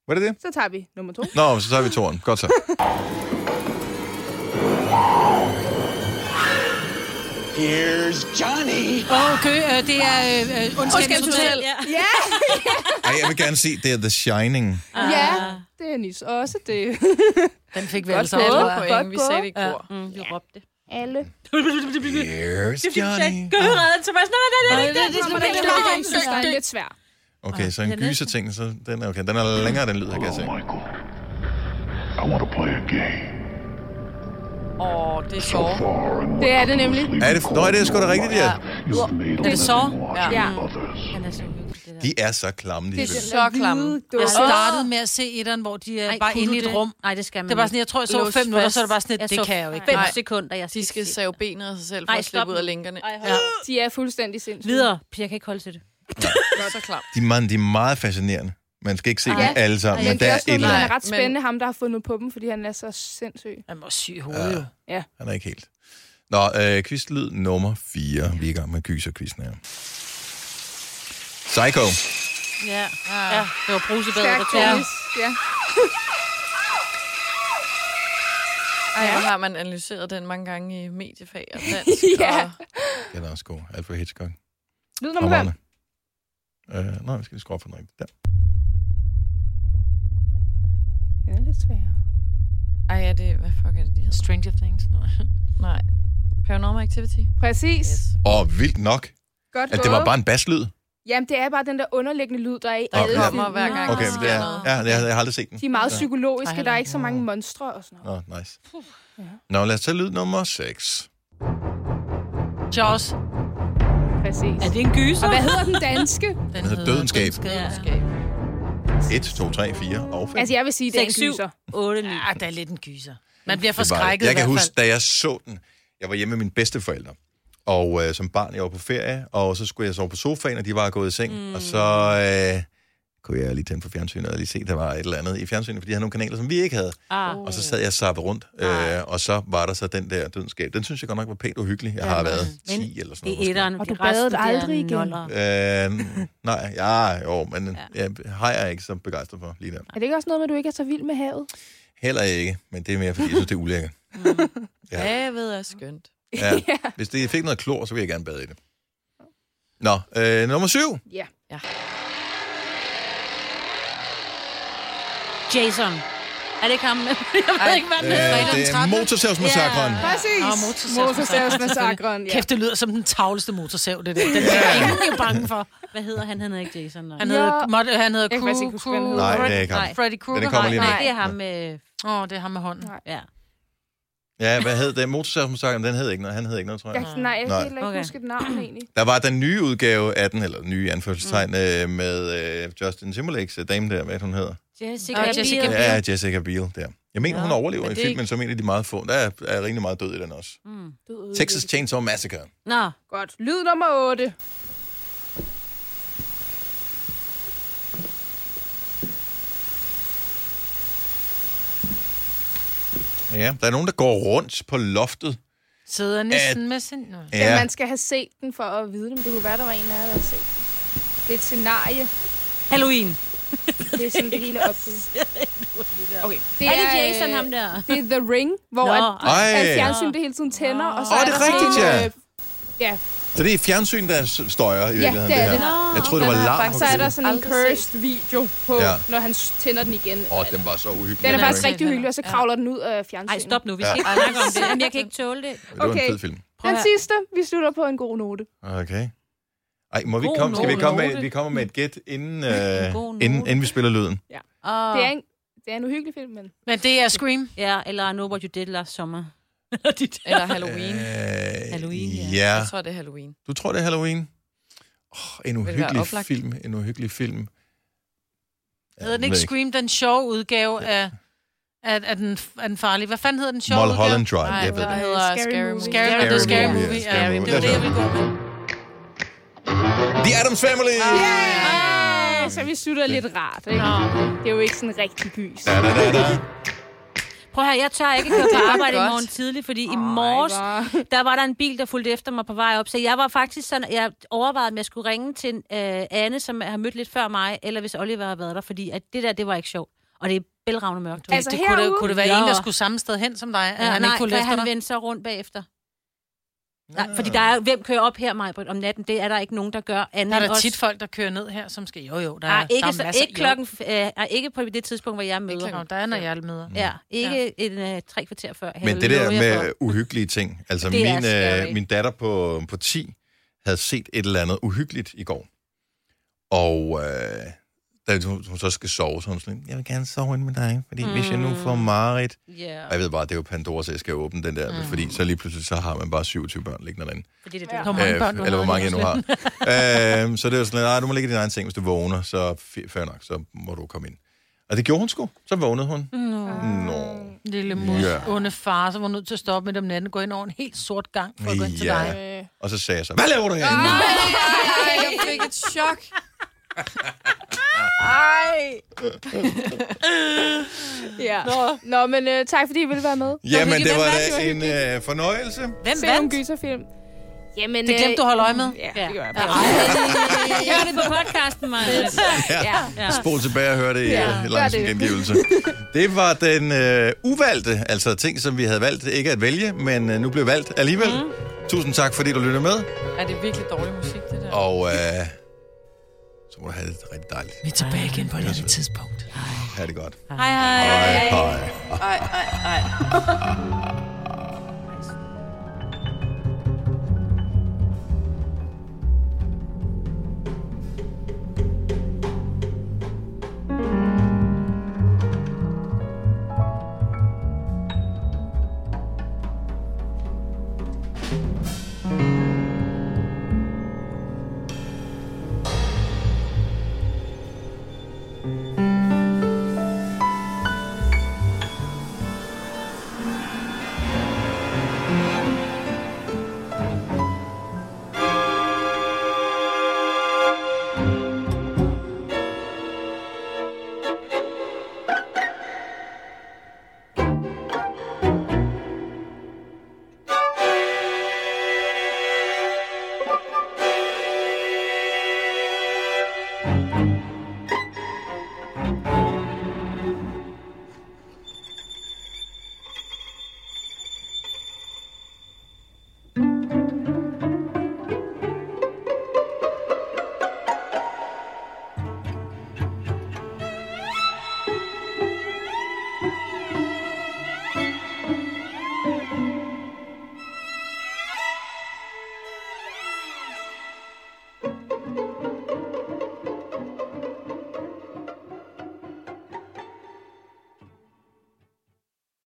[SPEAKER 1] Var det det?
[SPEAKER 2] Så tager vi nummer to.
[SPEAKER 1] Nå, så tager vi toren. Godt så.
[SPEAKER 6] Here's Johnny.
[SPEAKER 4] Åh, oh, kø. Øh, det er øh, øh, Undskabens Hotel.
[SPEAKER 5] Ja.
[SPEAKER 2] Ja,
[SPEAKER 1] Ej, jeg vil gerne se, det er The Shining.
[SPEAKER 2] ja. det er Nis også det.
[SPEAKER 4] Den fik vi
[SPEAKER 2] Godt
[SPEAKER 4] alle
[SPEAKER 3] Alle
[SPEAKER 4] sammen.
[SPEAKER 2] gået.
[SPEAKER 4] tror jeg.
[SPEAKER 2] Godt
[SPEAKER 3] point, vi sagde det i
[SPEAKER 4] gået.
[SPEAKER 3] går.
[SPEAKER 5] Mm, du råbte.
[SPEAKER 2] alle.
[SPEAKER 1] Here's Johnny.
[SPEAKER 5] Gøret, Thomas. Nej, nej, nej, nej.
[SPEAKER 2] Den er jeg synes, der er lidt svær.
[SPEAKER 1] Okay, så en gyserting, så den er okay. Den er længere, den lyd, jeg kan se.
[SPEAKER 7] Hello, Michael. Oh I want to play a game.
[SPEAKER 3] Åh, det er sjovt.
[SPEAKER 7] Far and
[SPEAKER 2] Det er det nemlig.
[SPEAKER 1] Er det, nå, det er sgu da rigtigt, ja.
[SPEAKER 7] you've made a
[SPEAKER 4] Det er så.
[SPEAKER 7] living watching
[SPEAKER 2] Ja.
[SPEAKER 7] others.
[SPEAKER 5] Han er så hyggelig, det der.
[SPEAKER 1] De er så klamme, de
[SPEAKER 2] Det er
[SPEAKER 1] vil.
[SPEAKER 2] den
[SPEAKER 3] Så
[SPEAKER 2] der
[SPEAKER 3] klamme.
[SPEAKER 2] hvide
[SPEAKER 4] Jeg
[SPEAKER 2] dukke.
[SPEAKER 4] startede med at se etteren, hvor de er
[SPEAKER 5] Ej,
[SPEAKER 4] bare
[SPEAKER 5] kunne
[SPEAKER 4] inde
[SPEAKER 5] du
[SPEAKER 4] i et
[SPEAKER 5] det?
[SPEAKER 4] rum.
[SPEAKER 5] Nej, det skal man
[SPEAKER 4] Det var sådan,
[SPEAKER 5] ikke.
[SPEAKER 4] jeg tror, jeg så
[SPEAKER 3] Lås
[SPEAKER 4] fem minutter,
[SPEAKER 3] fast.
[SPEAKER 4] så er det bare sådan,
[SPEAKER 5] Jeg
[SPEAKER 4] lidt, det
[SPEAKER 5] så
[SPEAKER 4] kan jeg jo ikke.
[SPEAKER 5] fem
[SPEAKER 3] Nej.
[SPEAKER 5] sekunder, jeg
[SPEAKER 3] De skal
[SPEAKER 5] se
[SPEAKER 3] save
[SPEAKER 5] det.
[SPEAKER 3] benet af sig selv for
[SPEAKER 5] Ej,
[SPEAKER 3] at
[SPEAKER 5] stop
[SPEAKER 3] slippe ud
[SPEAKER 5] nu.
[SPEAKER 3] af lænkerne.
[SPEAKER 5] Ej, hold
[SPEAKER 3] Ja,
[SPEAKER 5] op.
[SPEAKER 2] De er fuldstændig sindssyge.
[SPEAKER 5] Videre. Pia kan ikke holde til det.
[SPEAKER 3] så klart.
[SPEAKER 1] De er, meget, de er meget fascinerende. Man skal ikke se
[SPEAKER 2] Ja.
[SPEAKER 1] dem alle sammen,
[SPEAKER 2] Men
[SPEAKER 1] men
[SPEAKER 2] det
[SPEAKER 1] der
[SPEAKER 2] er
[SPEAKER 1] er
[SPEAKER 2] også
[SPEAKER 1] et
[SPEAKER 2] noget,
[SPEAKER 1] eller
[SPEAKER 2] med,
[SPEAKER 1] andet.
[SPEAKER 2] han
[SPEAKER 3] andet.
[SPEAKER 2] er ret
[SPEAKER 3] Men-
[SPEAKER 2] spændende, ham der har fundet på dem, fordi han er så sindssyg.
[SPEAKER 4] Han var syg i hovedet jo.
[SPEAKER 1] Han er ikke helt. Nå, øh, quizlyd nummer 4. Vi er i gang med gyserquizzen her. Psycho.
[SPEAKER 5] Ja. Ja, det var brusebadet,
[SPEAKER 2] Stærk
[SPEAKER 5] der tog.
[SPEAKER 2] tennis. Ja.
[SPEAKER 3] Ej, hvor har man analyseret den mange gange i mediefag og dansk.
[SPEAKER 2] Ja.
[SPEAKER 3] og...
[SPEAKER 1] Den er også god. Alfred Hitchcock.
[SPEAKER 2] Lyd nummer fem.
[SPEAKER 1] Øh, nej, vi skal lige skrue op for den rigtige. Der.
[SPEAKER 2] Den er lidt sværere.
[SPEAKER 3] Ej, er det... Hvad fuck er det, de hedder?
[SPEAKER 4] Stranger Things. Nå.
[SPEAKER 3] Nej. Paranormal Activity?
[SPEAKER 2] Præcis.
[SPEAKER 3] Yes.
[SPEAKER 1] Åh, vildt nok.
[SPEAKER 2] Godt
[SPEAKER 1] At det var bare en baslyd.
[SPEAKER 2] Jamen, det er bare den der underliggende lyd, der er i
[SPEAKER 1] Nå,
[SPEAKER 2] alle
[SPEAKER 1] ja.
[SPEAKER 3] Kommer hver gang,
[SPEAKER 1] Okay,
[SPEAKER 3] der
[SPEAKER 1] det
[SPEAKER 3] sker
[SPEAKER 1] er,
[SPEAKER 3] noget.
[SPEAKER 1] ja, jeg, jeg har aldrig set den.
[SPEAKER 2] De er meget
[SPEAKER 1] Ja.
[SPEAKER 2] psykologiske,
[SPEAKER 4] Ej,
[SPEAKER 2] der er ikke så mange monstre og sådan noget.
[SPEAKER 1] Nå, nice. Nå, lad os tage lyd nummer 6.
[SPEAKER 4] Jaws.
[SPEAKER 2] Præcis.
[SPEAKER 5] Er det en gyser?
[SPEAKER 2] Hvad hedder den danske?
[SPEAKER 1] Den hedder Dødenskab.
[SPEAKER 4] Dødenskab.
[SPEAKER 1] 1, 2, 3, 4 og 5.
[SPEAKER 2] Altså, jeg vil sige, det er en gyser.
[SPEAKER 5] 8, 9.
[SPEAKER 4] Ja, der er lidt en gyser. Man bliver
[SPEAKER 1] Det var det.
[SPEAKER 4] forskrækket
[SPEAKER 1] Jeg kan
[SPEAKER 4] i hvert
[SPEAKER 1] huske,
[SPEAKER 4] fald.
[SPEAKER 1] da jeg så den, jeg var hjemme med mine bedsteforældre. Og øh, som barn, jeg var på ferie, og så skulle jeg sove på sofaen, og de var gået i seng. Mm. Og så øh, kunne jeg lige tænde for fjernsynet og lige se, der var et eller andet i fjernsynet, fordi de havde nogle kanaler, som vi ikke havde.
[SPEAKER 5] Ah.
[SPEAKER 1] Og så sad jeg og zappede rundt, øh, og så var der så den der dødenskab. Den synes jeg godt nok var pænt uhyggelig. Jeg har været 10
[SPEAKER 5] Men
[SPEAKER 1] eller sådan
[SPEAKER 5] Det
[SPEAKER 1] noget.
[SPEAKER 5] er etteren.
[SPEAKER 2] Og
[SPEAKER 5] det
[SPEAKER 2] du badede
[SPEAKER 5] resten, det er
[SPEAKER 2] aldrig igen.
[SPEAKER 5] noller.
[SPEAKER 1] Øh, nej, ja, jo, men ja. Jeg, har jeg ikke så begejstret for lige der.
[SPEAKER 2] Er det ikke også noget med, at du ikke er så vild med havet?
[SPEAKER 1] Heller ikke, men det er mere, fordi jeg synes, det er ulækkert. Ja.
[SPEAKER 3] Havet er skønt.
[SPEAKER 1] Ja. Hvis det fik noget klor, så vil jeg gerne bade i det. Nå, øh, nummer syv.
[SPEAKER 2] Ja.
[SPEAKER 5] Jason. Er det ikke ham? Jeg ved ikke, hvad
[SPEAKER 1] Øh,
[SPEAKER 5] den hedder.
[SPEAKER 1] det er motorsavsmassakren. Ja.
[SPEAKER 2] Præcis.
[SPEAKER 4] Og motorsavsmassakren,
[SPEAKER 2] Motorsavsmassakren,
[SPEAKER 4] Ja.
[SPEAKER 2] ja.
[SPEAKER 4] Kæft, det lyder som den tavleste motorsav, det der. Den er ingen er bange for.
[SPEAKER 5] Hvad hedder han? Han hedder ikke Jason. Nej,
[SPEAKER 4] Han
[SPEAKER 2] Ja.
[SPEAKER 4] hedder, måtte, han hedder
[SPEAKER 2] Jeg kan faktisk
[SPEAKER 4] Kru,
[SPEAKER 2] ikke huske, hvad han
[SPEAKER 4] Kru,
[SPEAKER 2] hedder.
[SPEAKER 1] Nej, det er ikke ham.
[SPEAKER 5] Nej.
[SPEAKER 4] Freddy Krueger.
[SPEAKER 1] Den kommer lige
[SPEAKER 5] nej
[SPEAKER 1] nu.
[SPEAKER 5] det er ham med...
[SPEAKER 4] Åh, oh, det er ham med hånden.
[SPEAKER 2] Nej.
[SPEAKER 5] Ja.
[SPEAKER 1] Ja, hvad hed det? Motorsavsmassakren, den hed ikke noget. Han hed ikke noget, tror
[SPEAKER 2] Jeg,
[SPEAKER 1] jeg.
[SPEAKER 2] kan- nej, jeg kan
[SPEAKER 1] Nej.
[SPEAKER 2] heller ikke
[SPEAKER 5] Okay.
[SPEAKER 2] huske et navn egentlig.
[SPEAKER 1] Der var den nye udgave af den, eller nye anførselstegn, mm. øh, med øh, Justin Timberlakes øh, dame der, hvad hun hedder.
[SPEAKER 5] Jessica,
[SPEAKER 4] Og
[SPEAKER 5] Biel.
[SPEAKER 4] Jessica Biel.
[SPEAKER 1] Ja, Jessica Biel der. Jeg mener, ja, hun overlever
[SPEAKER 3] men
[SPEAKER 1] i
[SPEAKER 3] det er
[SPEAKER 1] filmen, som en af de meget få. Der er, er rimelig meget død i den også. Texas Chainsaw Massacre.
[SPEAKER 5] Nå,
[SPEAKER 2] Godt. Lyd nummer 8.
[SPEAKER 1] Ja, der er nogen, der går rundt på loftet.
[SPEAKER 4] Sidder næsten med sin... Nå.
[SPEAKER 2] Ja. Men
[SPEAKER 1] Ja,
[SPEAKER 2] man skal have set den for at vide det, men det kunne være, der var en af jer, der havde set den. Det er et scenarie.
[SPEAKER 5] Halloween.
[SPEAKER 2] Det er sådan det hele opbygget. Okay. Det øh,
[SPEAKER 5] Er det Jason, ham der?
[SPEAKER 2] Det er The Ring, hvor
[SPEAKER 5] Nå,
[SPEAKER 2] at,
[SPEAKER 1] ej.
[SPEAKER 2] at fjernsynet hele tiden tænder. Og så
[SPEAKER 1] Åh,
[SPEAKER 2] er
[SPEAKER 1] det er
[SPEAKER 2] der sådan
[SPEAKER 1] rigtigt,
[SPEAKER 2] en,
[SPEAKER 1] ja.
[SPEAKER 2] øh, Ja,
[SPEAKER 1] så det er fjernsyn, der s- støjer i virkeligheden,
[SPEAKER 2] det er
[SPEAKER 1] det
[SPEAKER 2] det.
[SPEAKER 1] her. Jeg troede, det var larm.
[SPEAKER 2] så er der sådan en
[SPEAKER 3] Aldrig
[SPEAKER 2] cursed video på,
[SPEAKER 1] Ja.
[SPEAKER 2] når han s- tænder den igen.
[SPEAKER 1] Åh, den var så uhyggelig.
[SPEAKER 2] Den er
[SPEAKER 4] Den er
[SPEAKER 2] faktisk
[SPEAKER 4] rigtig
[SPEAKER 2] rigtig hyggelig, og så kravler den ud af fjernsynet.
[SPEAKER 5] Ej, stop nu. Vi skal ikke snakke om det. Jamen, jeg kan ikke tåle det.
[SPEAKER 1] Det var okay.
[SPEAKER 2] Okay.
[SPEAKER 1] en fed film.
[SPEAKER 2] Den sidste, vi slutter på en god note.
[SPEAKER 1] Okay. Ej, må vi
[SPEAKER 5] God
[SPEAKER 1] komme, skal vi
[SPEAKER 5] note.
[SPEAKER 1] komme med, vi kommer med et gæt, inden, øh,
[SPEAKER 5] God note.
[SPEAKER 1] inden, inden vi spiller lyden?
[SPEAKER 5] Og,
[SPEAKER 2] Det er en, det er en uhyggelig film, men...
[SPEAKER 4] Men det er Scream.
[SPEAKER 5] ja, eller I know what you did last summer.
[SPEAKER 3] Eller Halloween.
[SPEAKER 1] Øh,
[SPEAKER 5] Halloween, ja.
[SPEAKER 1] ja.
[SPEAKER 3] Jeg tror, det er Halloween.
[SPEAKER 1] Du tror, det er Halloween? Oh, en
[SPEAKER 3] være
[SPEAKER 1] uhyggelig
[SPEAKER 3] oplagt?
[SPEAKER 1] film. En uhyggelig film. Ja,
[SPEAKER 4] Hedder den
[SPEAKER 1] ved
[SPEAKER 4] ikke
[SPEAKER 1] jeg
[SPEAKER 4] Scream, den sjove udgave af, af, af, den, af den farlige? Hvad fanden hedder den sjove
[SPEAKER 1] Mulholland
[SPEAKER 4] udgave?
[SPEAKER 1] Drive, jeg ved
[SPEAKER 3] det
[SPEAKER 1] det.
[SPEAKER 3] hedder
[SPEAKER 2] Scary
[SPEAKER 3] Scary
[SPEAKER 2] Movie.
[SPEAKER 3] Movie.
[SPEAKER 4] Scary, det er Scary
[SPEAKER 1] Movie, ja,
[SPEAKER 4] Movie.
[SPEAKER 1] Scary
[SPEAKER 4] Ja, det
[SPEAKER 1] Movie.
[SPEAKER 4] var det, jeg ville gå med.
[SPEAKER 1] The Addams Family!
[SPEAKER 2] Ja, så vi slutter lidt rart, ikke? Det er jo ikke sådan rigtig gys.
[SPEAKER 1] Da, da, da, da.
[SPEAKER 5] Prøv her, jeg tør ikke køre på arbejde i
[SPEAKER 3] godt.
[SPEAKER 5] morgen tidlig, fordi i morges, der var der en bil, der fulgte efter mig på vej op. Så jeg var faktisk sådan, jeg overvejede, om jeg skulle ringe til øh, Anne, som har mødt lidt før mig, eller hvis Oliver har været der, fordi at det der, det var ikke sjovt. Og det er bælragende mørkt. ude.
[SPEAKER 2] Altså,
[SPEAKER 4] Det kunne, det,
[SPEAKER 2] herude?
[SPEAKER 4] kunne det være en, der
[SPEAKER 5] Ja.
[SPEAKER 4] skulle samme sted hen som dig, at
[SPEAKER 5] ja,
[SPEAKER 4] han
[SPEAKER 5] nej,
[SPEAKER 4] ikke kunne
[SPEAKER 5] for
[SPEAKER 4] læfte
[SPEAKER 5] han
[SPEAKER 4] dig?
[SPEAKER 5] vendte sig rundt bagefter. Nej, fordi der er, hvem kører op her, Majbrit, om natten? Det er der ikke nogen, der gør andet
[SPEAKER 4] Der er
[SPEAKER 5] end
[SPEAKER 4] der
[SPEAKER 5] os.
[SPEAKER 4] tit folk, der kører ned her, som skal... Jo, jo, der er,
[SPEAKER 5] Ej, Ah, ikke,
[SPEAKER 4] der er
[SPEAKER 5] så,
[SPEAKER 4] masser-
[SPEAKER 5] ikke, klokken, øh, ej, ikke på det tidspunkt, hvor jeg
[SPEAKER 4] Jo, ikke
[SPEAKER 5] møder
[SPEAKER 4] klokken,
[SPEAKER 5] ham.
[SPEAKER 4] der er, når jeg møder.
[SPEAKER 5] Ja, ikke en øh, tre kvarter før.
[SPEAKER 1] Men det der med uhyggelige ting, altså
[SPEAKER 5] Det er
[SPEAKER 1] min,
[SPEAKER 5] scary.
[SPEAKER 1] øh, min datter på, på 10 havde set et eller andet uhyggeligt i går. Og øh, da hun, hun så skal sove, så er hun sådan, lidt, jeg vil gerne sove inde med dig, fordi mm. hvis jeg nu får mareridt,
[SPEAKER 5] Ja,
[SPEAKER 1] og jeg ved bare, det er jo Pandoras, jeg skal åbne den der, mm. fordi så lige pludselig, så har man bare 27 børn liggende derinde.
[SPEAKER 5] fordi det
[SPEAKER 4] Hvor
[SPEAKER 5] er
[SPEAKER 4] mange
[SPEAKER 1] Øh,
[SPEAKER 4] børn du
[SPEAKER 1] eller hvor
[SPEAKER 4] har,
[SPEAKER 1] mange jeg nu
[SPEAKER 4] Jonas?
[SPEAKER 1] har. øh, så det var sådan, lidt, nej, du må ligge i din egen seng, hvis du vågner, så f- fair nok, så må du komme ind. Og det gjorde hun sgu. Så vågnede hun. Nå. Nå.
[SPEAKER 4] Lille mus,
[SPEAKER 1] Ja.
[SPEAKER 4] onde far, så var nødt til at stoppe midt om natten, gå ind over en helt sort gang for at gå ind til
[SPEAKER 1] Ja.
[SPEAKER 4] dig.
[SPEAKER 2] Øh,
[SPEAKER 1] Og så sagde jeg så, hvad laver du herinde?
[SPEAKER 3] Ej, jeg fik et chok. Ej.
[SPEAKER 2] ja. Nå. Nå, men øh, tak fordi I ville være med.
[SPEAKER 1] Jamen,
[SPEAKER 2] hyggeligt.
[SPEAKER 1] det var
[SPEAKER 2] Hvem vandt?
[SPEAKER 1] da
[SPEAKER 2] Det
[SPEAKER 1] en øh, fornøjelse.
[SPEAKER 4] Hvem
[SPEAKER 2] Se nogle
[SPEAKER 4] vandt?
[SPEAKER 2] gyserfilm. Jamen,
[SPEAKER 4] Det glemte du at holde øje med.
[SPEAKER 2] Ja,
[SPEAKER 5] Ja.
[SPEAKER 2] det gør jeg
[SPEAKER 5] Ja.
[SPEAKER 2] bare.
[SPEAKER 5] Jeg det på podcasten, Maja.
[SPEAKER 1] Ja.
[SPEAKER 5] Ja.
[SPEAKER 1] Spol tilbage og hør det i
[SPEAKER 2] Ja,
[SPEAKER 1] ja, langsom
[SPEAKER 2] gør det.
[SPEAKER 1] gengivelse. Det var den øh, uvalgte, altså ting, som vi havde valgt ikke at vælge, men øh, nu blev valgt alligevel. Mm. Tusind tak, fordi du lyttede med,
[SPEAKER 3] Er det er virkelig dårlig musik, det der?
[SPEAKER 1] og øh, så må du have det rigtig dejligt.
[SPEAKER 4] Vi er tilbage igen på et andet tidspunkt.
[SPEAKER 1] Ha' det godt.
[SPEAKER 5] Hej, hej.
[SPEAKER 1] Hej, hej.
[SPEAKER 3] Ej, ej, ej.